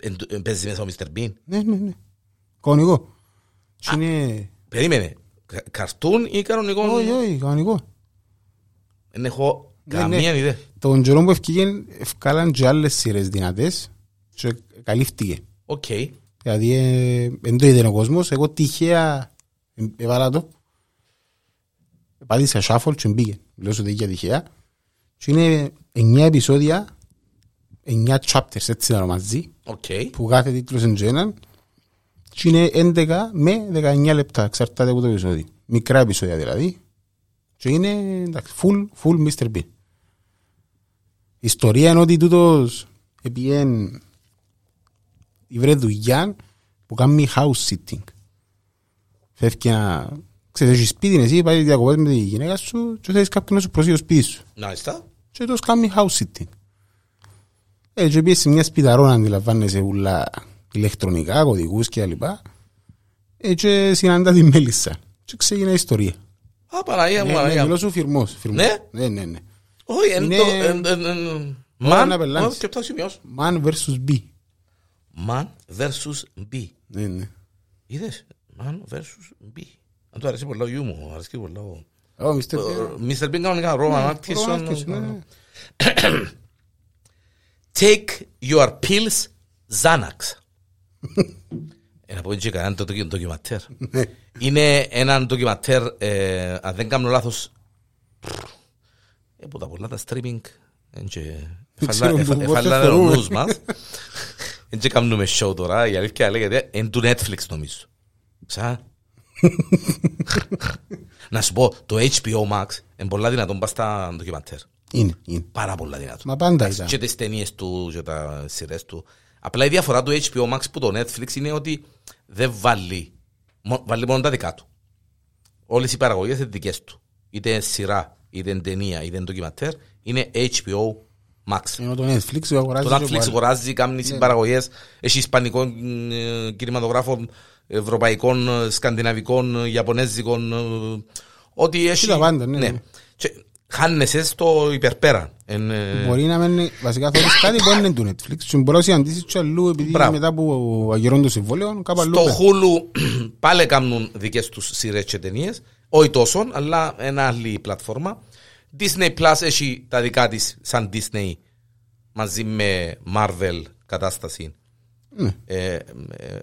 Εν τω- εν Παίζεις μέσα ο Mr. Bean.
ναι, ναι, ναι. Κανονικό. Και είναι,
Περίμενε. Κα- Καρτούν ή κανονικό.
όχι, όχι, κανονικό.
Δεν έχω
Ναι, ναι.
καμία ιδέα.
Τον καιρό που ευκήγεν, ευκάλαν και άλλες σειρές δυνατές και καλύφθηκε.
Οκ.
Δηλαδή, ε, εν το είδε ο κόσμος, εγώ τυχαία ε, έβαλα το. Πάτησα shuffle και μπήκε. Λέω σου τέτοια τυχαία. Και είναι 9 επεισόδια, 9 chapters, έτσι να μαζί,
Οκ.
που κάθε τίτλος είναι και έναν. Και είναι 11 με 19 λεπτά, εξαρτάται από το επεισόδιο. Μικρά επεισόδια δηλαδή. Και είναι, εντάξει, full, full Mr. Bean. Η ιστορία είναι ότι τούτος επίεν βρε δουλειά που κάνει house sitting. Φεύγει να... Ξέρεις, έχεις σπίτι εσύ, πάει διακοπές με τη γυναίκα σου και θέλεις κάποιον να σου προσέχει το σπίτι σου.
Μάλιστα.
Και τόσο κάνει house sitting. Ε, και πήγες σε μια σπιταρόνα, αντιλαμβάνεσαι ούλα ηλεκτρονικά, κωδικούς και τα λοιπά. Ε, και συναντά τη Μέλισσα. Και ξεκινά η ιστορία.
Α, Παναγία μου,
Ναι, ναι,
Παναγία μου.
μιλώ σου φιρμός. φιρμός.
Ε, Ναι?
Ναι, ναι, ναι.
Όχι, εν
Είναι-
το- εν- εν- εν- Μαν,
να πελάνεις.
μα, και αυτό σημειώσω.
Man versus B.
Man versus B.
Ναι, ναι.
Είδες, man versus B. Αν του αρέσει πολύ ο γιού μου, αρέσει πολύ ο...
Εγώ πιστεύω.
Μίστερ Μπιν κανονικά, Roman
Roman Atkinson,
Atkinson.
ναι.
Take your pills, Xanax. Ε, Να πω και κανέναν το ντοκι- ντοκιματέρ. Είναι ένα ντοκιματέρ, ε, αν δεν κάνω λάθος, ε, που τα πολλά τα streaming, εν και- εφαλά-
ξέρω που-
εφα-
πότε
εφαλάνε ο
θεωρούμε.
νους μας. Εν και κάνουμε show τώρα, η αλήθεια λέγεται, εν του Netflix νομίζω. Ξα. Να σου πω, το HBO Max είναι πολλά δυνατόν πας στα ντοκιματέρ.
Είναι, είναι.
Πάρα πολλά δυνατόν.
Μα πάντα ήταν.
Και τις ταινίες του και τα σειρές του. Απλά η διαφορά του HBO Max που το Netflix είναι ότι δεν βάλει, μο- βάλει μόνο τα δικά του. Όλες οι παραγωγές είναι δικές του. Είτε σειρά, είτε ταινία, είτε ντοκιματέρ, είναι HBO Max.
Ενώ το Netflix αγοράζει.
Το Netflix αγοράζει,
Ναι.
κάνει συμπαραγωγές, έχει ισπανικών ε, κινηματογράφων, ευρωπαϊκών, ε, σκανδιναβικών, ε, ιαπωνέζικων, ε, ό,τι έχει.
τα πάντα, ναι, ναι.
Και Χάνεσαι στο υπερπέρα. Εν, ε,
Μπορεί να μένει βασικά θέλεις κάτι που είναι του Netflix. Σου μπορεί να συναντήσεις και αλλού επειδή
Μπράβο.
μετά που αγερώνει το συμβόλαιο κάπου αλλού.
Στο Hulu πάλι κάνουν δικές τους σειρές και ταινίες. Όχι τόσο, αλλά ένα άλλη πλατφόρμα. Disney Plus έχει τα δικά της σαν Disney μαζί με Marvel κατάσταση.
Ναι.
Ε, ε,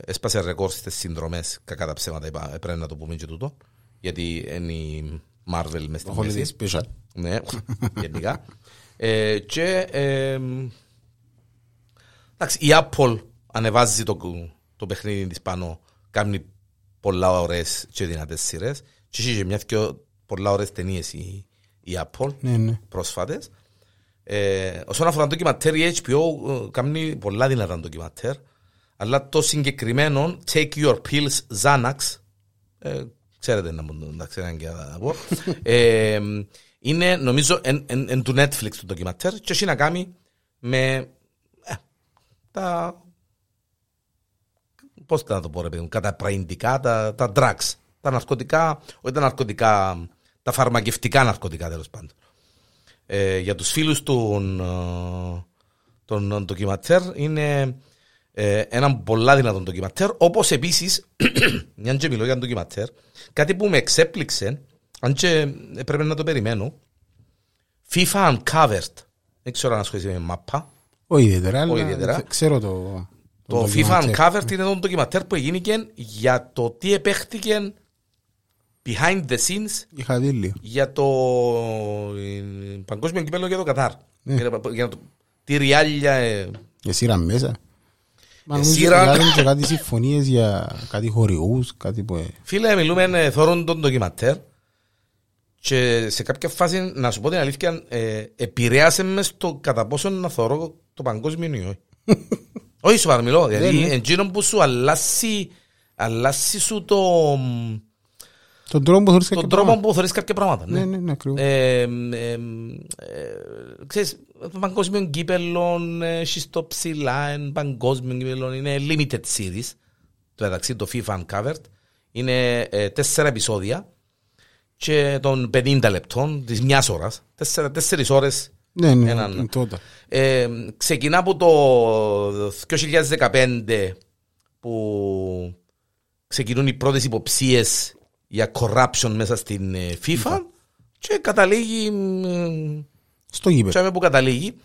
έσπασε ρεκόρ στις συνδρομές. Κακά τα ψέματα, είπα, ε, πρέπει να το πούμε και τούτο. Γιατί είναι η Marvel μες στη
Το Holiday
μέση.
Special.
Ναι, γενικά. Ε, και. ε, εντάξει, η Apple ανεβάζει το, το παιχνίδι της πάνω. Κάνει πολλά ωραίες και δυνατές σειρές. Και είχε και μια πιο πολλά ωραίες ταινίες η, η Apple
Ναι, ναι.
πρόσφατες. Ε, όσον αφορά το ντοκιματέρ, η HBO ε, κάνει πολλά δυνατά ντοκιματέρ. Αλλά το συγκεκριμένο Take Your Pills Xanax, ε, ξέρετε να μου να ξέρετε και να τα πω, ε, είναι νομίζω εν, εν, εν του Netflix το ντοκιματέρ και έχει να κάνει με ε, τα πώς θα το πω ρε παιδί μου, κατά πραϊντικά, τα, τα drugs, τα ναρκωτικά, όχι τα ναρκωτικά, τα φαρμακευτικά ναρκωτικά τέλος πάντων ε, για τους φίλους των, ε, των ντοκιματέρ είναι ε, έναν πολλά δυνατόν ντοκιματέρ όπως επίσης, μια και μιλώ για ντοκιματέρ κάτι που με εξέπληξε αν και έπρεπε να το περιμένω FIFA Uncovered δεν ξέρω αν ασχολείσαι με μάπα
Όχι ιδιαίτερα,
Όχι
αλλά
ιδιαίτερα.
ξέρω το...
το FIFA
ντοκιμαντέρ.
Uncovered είναι το ντοκιματέρ που έγινε για το τι επέχτηκε behind the scenes
Είχα δει λίγο.
για το ε, παγκόσμιο κυπέλλο για το Κατάρ.
Ναι.
Για να- για να το- τι ριάλια. ε,
Και σύραν μέσα. Μα νομίζω
σύραν.
ότι κάνουν και κάτι συμφωνίες για κάτι χορηγούς, κάτι που... ε,
Φίλε, μιλούμε θόρων των ντοκιματέρ και σε κάποια φάση, να σου πω την αλήθεια, ε, επηρέασε μες στο κατά πόσο να θωρώ το παγκόσμιο ή όχι. όχι σου παραμιλώ,
Δεν
δηλαδή
είναι.
εντζήνων που σου αλλάσει, αλλάσει σου το,
Τον τρόπο που θεωρείς
τον
κάποια
τρόπο
πράγματα.
που θωρείς κάποια πράγματα.
Ναι, ναι, ναι, ακριβώς.
ε, ε, ε, ξέρεις, το παγκόσμιο κύπελλο ε, έχει στο ψηλά, είναι παγκόσμιο κύπελλο, είναι limited series. Το μεταξύ το FIFA Uncovered είναι ε, τέσσερα επεισόδια και των 50 λεπτών, της μιας ώρας, τέσσερα, τέσσερις ώρες
Ναι, ναι,
έναν-
ναι, τότε.
ε, ξεκινά από το 2015 που ξεκινούν οι πρώτες υποψίες για corruption μέσα στην ε, FIFA, και καταλήγει μ,
Στο γήπεδο.
Ξέρουμε που καταλήγει.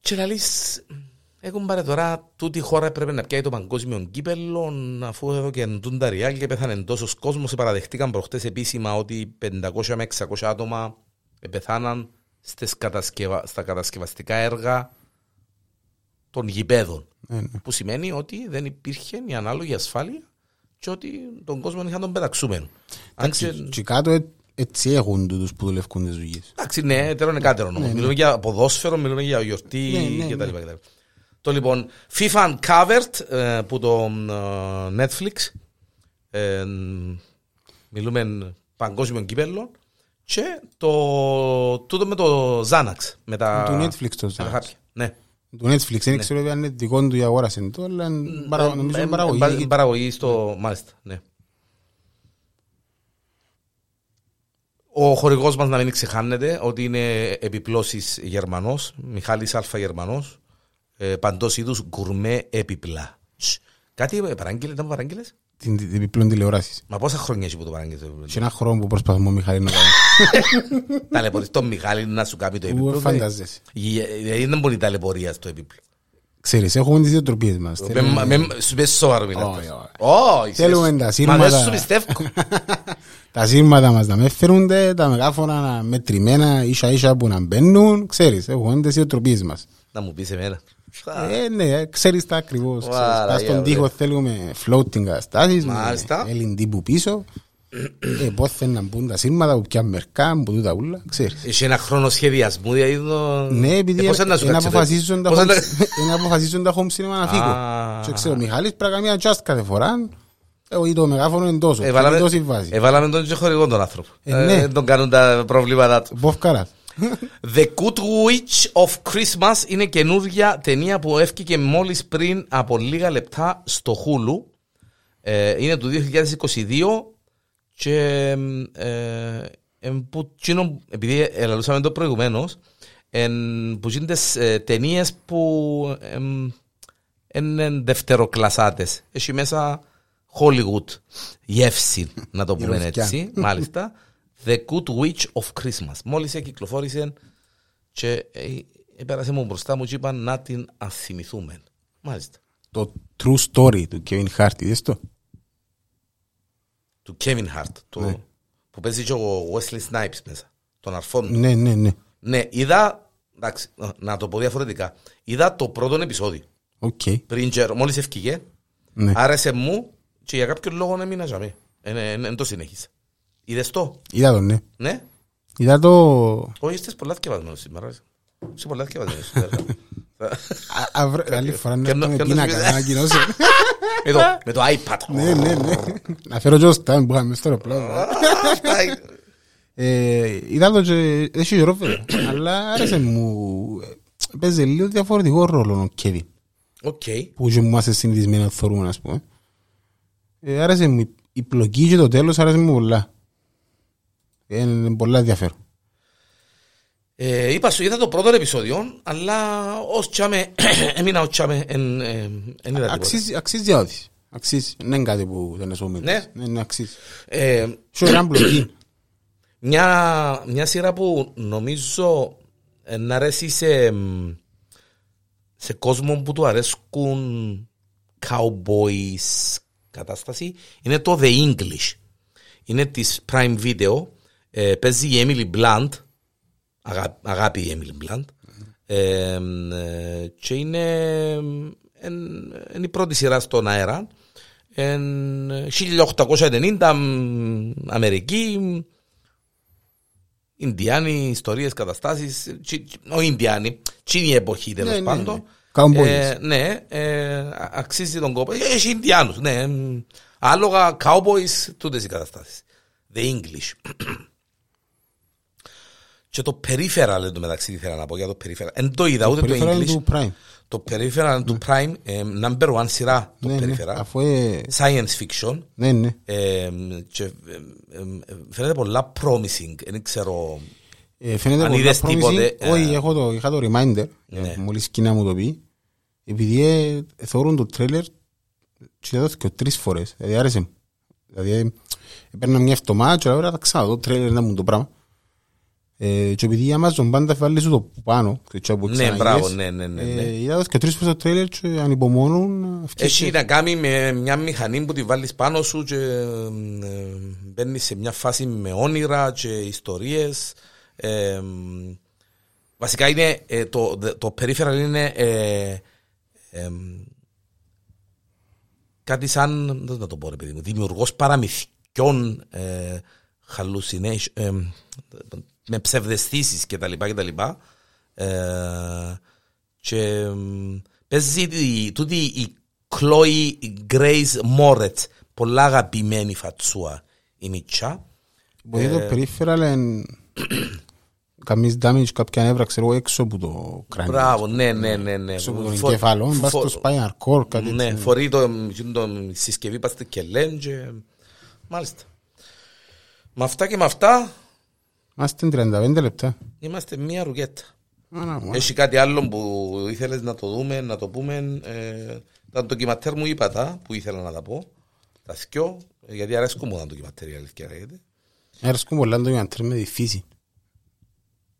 Και να λες, έχουν πάρει τώρα τούτη η χώρα πρέπει να πιάει το παγκόσμιο κύπελλο αφού εδώ και εντούν τα ριάλ και πέθανε τόσος κόσμος. Παραδεχτήκαν προχτές επίσημα ότι 500 με 600 άτομα πεθάναν στις κατασκευα... στα κατασκευαστικά έργα των γηπέδων.
Ναι, ναι.
Που σημαίνει ότι δεν υπήρχε η ανάλογη ασφάλεια και ότι τον κόσμο είχαν τον πεταξούμενο. Αν ξε-
Και κάτω ε- έτσι έχουν τούτους που δουλεύουν τις δουλειές.
Εντάξει, ναι, τέρον είναι κάτι όμω. Μιλούμε για ποδόσφαιρο, μιλούμε για γιορτή
Ναι, ναι,
κτλ.
ναι.
κτλ. Το λοιπόν, FIFA Uncovered ε, που το ε, Netflix ε, μιλούμε παγκόσμιων κυπέλλων και το τούτο με το Xanax με τα,
Του Netflix το
τα
Xanax.
χάπια. Ναι.
Του Netflix δεν ξέρω αν είναι δικό του ή αγόρασε το, αλλά είναι παρα- νομίζω είναι
Ε, ε,
παραγωγή.
ε, ναι. παραγωγή στο. Μάλιστα, ναι. Ο χορηγός μας να μην ξεχάνεται ότι είναι επιπλώσεις Γερμανός, Μιχάλης Α. Γερμανό, παντός είδους γκουρμέ έπιπλα. Τσ. Κάτι παράγγειλες, δεν παράγγειλες.
Την την επιπλέον τηλεοράση.
Μα πόσα χρόνια έχει που το παράγγειλες.
Σε ένα χρόνο που προσπαθούμε, Μιχαήλ, να κάνουμε.
Ταλαιπωρείς τον Μιχάλη να σου κάνει το
Ου,
έπιπλο.
φαντάζεσαι.
Ε, Δεν είναι πολύ ταλαιπωρία στο έπιπλο.
Ξέρεις, έχουμε τις διατροπίες μας.
Με-
Θέλουμε-
με- Σου πες σοβαρό μιλάς.
Όχι, όχι.
Όχι.
Θέλουμε
ξέρεις.
τα
Μα
σύρματα.
δεν σου πιστεύω.
Τα σύρματα μας να με φέρονται, τα μεγάφωνα να μετρημένα, ίσα ίσα που να μπαίνουν. Ξέρεις, έχουμε τις διατροπίες μας.
Να μου πεις εμένα.
Ε, ναι, ξέρεις τα ακριβώς. ξέρεις.
Βάρα,
Πας
για
στον τοίχο θέλουμε floating καταστάσεις, με
Μάλιστα.
Έλλην τύπου πίσω. Ε, πότε να μπουν τα σύρματα, που πια μερικά, που τούτα ούλα, ξέρεις.
Έχει ένα χρόνο σχεδιασμού, δηλαδή το...
Ναι,
Ε,
επειδή
πώς να σου
είναι
κάτσει το-
αποφασίζουν τα
πώς να-
home- είναι αποφασίζουν τα home cinema να φύγω.
Α.
Και ξέρω, ο Μιχάλης πρέπει να κάνει ένα just κάθε φορά. Εγώ ή το μεγάφωνο είναι τόσο.
Εβάλαμε-
Εβάλαμε... Τόση βάση.
Εβάλαμε ε, τον και χορηγό τον άνθρωπο.
Ε, ναι.
Ε, Δεν τον κάνουν τα προβλήματά του.
Μποφκαρά.
The Good Witch of Christmas είναι καινούργια ταινία που έφυγε μόλις πριν από λίγα λεπτά στο Hulu. Ε, είναι του 2022 και ε, ε, που τσίνον- επειδή ελαλούσαμε το προηγουμένως, εν, που γίνονται ε, ταινίες που εμ, είναι δευτεροκλασάτες. Έχει μέσα Hollywood γεύση, να το πούμε
Γεωργιά.
έτσι, μάλιστα. The Good Witch of Christmas. Μόλις ε, κυκλοφόρησε και ε, ε, πέρασε μου μπροστά μου και είπαν να την αθυμηθούμε. Μάλιστα.
Το true story του Kevin Hart, είδες το.
του Kevin Hart, του,
Ναι.
που παίζει και ο Wesley Snipes μέσα, τον αρφόν του.
Ναι, ναι, ναι.
Ναι, είδα, εντάξει, να το πω διαφορετικά, είδα το πρώτο επεισόδιο,
Οκ.
πριν και, μόλις ευκήγε,
Ναι.
άρεσε μου και για κάποιο λόγο έμεινα για μέ. Εν το συνέχισα. Είδες το,
Είδα το, ναι.
ναι.
Είδα το...
Όχι, είστε πολλά θκευασμένος σήμερα. ρε. Είσαι πολλά θκευασμένος σήμερα.
Α, αύριο- Άλλη φορά να
Και να-
έρθω με
και να
πίνακα,
σου
να
πει-
ανακοινώσω.
με, το, με το iPad.
Ναι, ναι, ναι. Να φέρω και ως που είχαμε στο αεροπλάνο.
Αυτά είναι.
Ε, Είδα το και έχει γερό βέβαια. Αλλά άρεσε μου. Ε, Παίζει λίγο διαφορετικό ρόλο ο Kevin.
Οκ.
που και μου είμαστε συνηθισμένοι να θεωρούμε, ας πούμε. Ε, άρεσε μου η- η πλοκή και το τέλος άρεσε μου πολλά. Ε, Είναι πολλά ενδιαφέρον.
Ε, είπα σου, είδα το πρώτο επεισόδιο, αλλά ως τσάμε, έμεινα ως τσάμε, εν, ε, εν είδα τίποτα.
Αξίζει, αξίζει διάδοση. Αξίζει. Δεν είναι κάτι που δεν σου ομιλείς.
Ναι.
Ναι, ναι, αξίζει.
Ε,
Σου έναν πλοκή.
μια, μια σειρά που νομίζω ε, να αρέσει σε, μ, σε κόσμο που του αρέσκουν cowboys κατάσταση είναι το The English. Είναι της Prime Video. Ε, παίζει η Emily Blunt. Αγάπη, αγάπη η Emily Blunt. Ε, μ, ε, και είναι, μ, εν- είναι η πρώτη σειρά στον αέρα. Εν, ε, 1890 μ, Αμερική, μ, Ινδιάνοι, ιστορίες, καταστάσεις. Όχι Ινδιάνοι, τσίνη εποχή τέλος
Ναι, ναι,
πάντων.
ναι. Cowboys.
Ε, ναι, ε, α- αξίζει τον κόπο. Ε, Έχει Ινδιάνους, ναι. μ, Άλογα, cowboys, τούτες οι καταστάσεις. The English. και το περίφερα, λέει το μεταξύ, τι θέλω να πω για το περίφερα. Εν το είδα, ούτε το
Περιφέρα είναι
English.
του Prime.
Το περίφερα του Prime, ε, number one σειρά το
Ναι, ναι.
περίφερα.
Αφού ε,
Science fiction.
Ναι, ναι.
Ε, και, ε, ε, ε, φαίνεται πολλά promising. Δεν ξέρω.
Ε, φαίνεται
Αν
πολλά
είδες
promising.
τίποτε, ε,
Όχι, έχω το, είχα το reminder. ε,
Ναι.
Μόλις κοινά μου το πει. Επειδή ε, θεωρούν το τρέλερ και είδα το και τρεις φορές. Δηλαδή άρεσε μου. Δηλαδή ε, παίρνα μια εβδομάδα και λέω θα ξαναδώ το τρέλερ να μου το πράγμα. Ε, και επειδή η Amazon πάντα βάλει σου το πάνω. ξέρεις, όπου
Ναι,
ξαναγγείλες,
μπράβο, ναι, ναι, ναι.
ε,
ναι.
Είδα το και τρεις φορές το τρέλερ και ανυπομονούν. ε,
Έχει
ευκαιρίες.
να κάνει με μια μηχανή που τη βάλεις πάνω σου και ε, μπαίνεις σε μια φάση με όνειρα και ιστορίες. Ε, βασικά είναι, ε, το, το peripheral είναι ε, ε, κάτι σαν, δεν θα το πω ρε παιδί μου, δημιουργός παραμυθιών ε, hallucination, ε, με ψευδεστήσεις κτλ. κτλ. Ε, και ε, παίζει τη- τούτη η Chloe Grace Moretz, πολλά αγαπημένη φατσούα η Μιτσά.
Μπορεί
ε,
το peripheral εν- καμίς damage, κάποια νεύρα, ξέρω, έξω από το crime.
Μπράβο, ναι, ναι, ναι. ναι.
Έξω από τον
Φο-
εγκεφαλό, πας
φο-
στο spinal cord, κάτι
Ναι,
έτσι.
φορεί το, εκείνη το συσκευή πας και λένε και... Μάλιστα. Με αυτά και με αυτά
Είμαστε 35 λεπτά.
Είμαστε μία ρουκέτα.
Άρα, μα.
Έχει κάτι άλλο που ήθελες να το δούμε, να το πούμε. Ε, τα ντοκιματέρ μου είπα τα που ήθελα να τα πω. Τα θυκιό, γιατί αρέσκουν μου τα ντοκιματέρ, η αλήθεια λέγεται.
Έρσκουν πολλά ντοκιμαντέρ με τη φύση.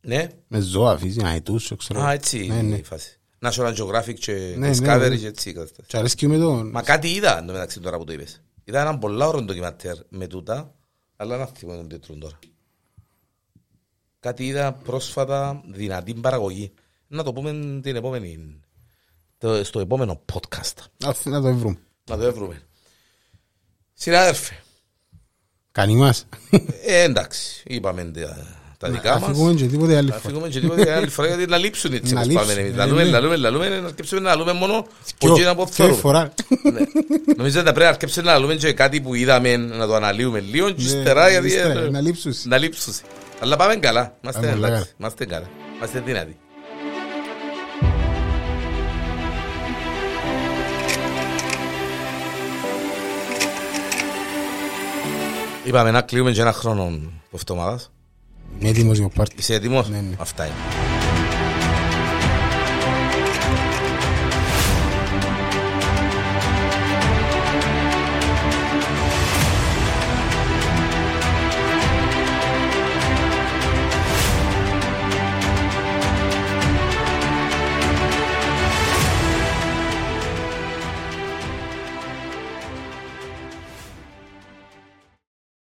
Ναι,
Με ζώα φύση, αετούς, ξέρω.
α, έτσι
Ναι,
είναι
ναι.
η φάση. National Geographic και
ναι,
Discovery
ναι.
και έτσι. η κατάσταση.
Και αρέσκει με τον...
Μα κάτι είδα εν τω μεταξύ τώρα που το είπες. Είδα έναν πολλά ωραίο ντοκιματέρ με τούτα, αλλά να θυμώ τον τίτλο τώρα. Κάτι είδα πρόσφατα δυνατή παραγωγή. Να το πούμε την επόμενη, το- στο επόμενο podcast.
Ας να το βρούμε.
Να το βρούμε. Συνάδελφε,
Κανείς μας.
ε, εντάξει, είπαμε τα, τα δικά
Να
μας.
φύγουμε και τίποτε άλλη
Να
φορά.
φύγουμε και τίποτε άλλη φορά γιατί να λείψουν έτσι
Να
όπως πάμε
λείψουν,
εμείς.
ναι,
Λαλούμε,
ναι.
λαλούμε, λαλούμε, να αρκέψουμε να λαλούμε μόνο
Δυο-
που να
δυο
ποθώρουμε.
φορά.
Ναι. Νομίζω ότι θα πρέπει να αρκέψουμε να λαλούμε και κάτι που είδαμε να το αναλύουμε λίγο και ύστερα
Ναι,
γιατί
ύστερα,
ε,
να λείψεις.
να λείψουν. Αλλά πάμε καλά, είμαστε
Πάμε πολύ
εντάξει, είμαστε καλά, είμαστε δυνατοί. Είπαμε να κλείουμε και ένα χρόνο εβδομάδας.
Είναι έτοιμος για πάρτι.
Είσαι έτοιμος?
Ναι, ναι.
Αυτά είναι.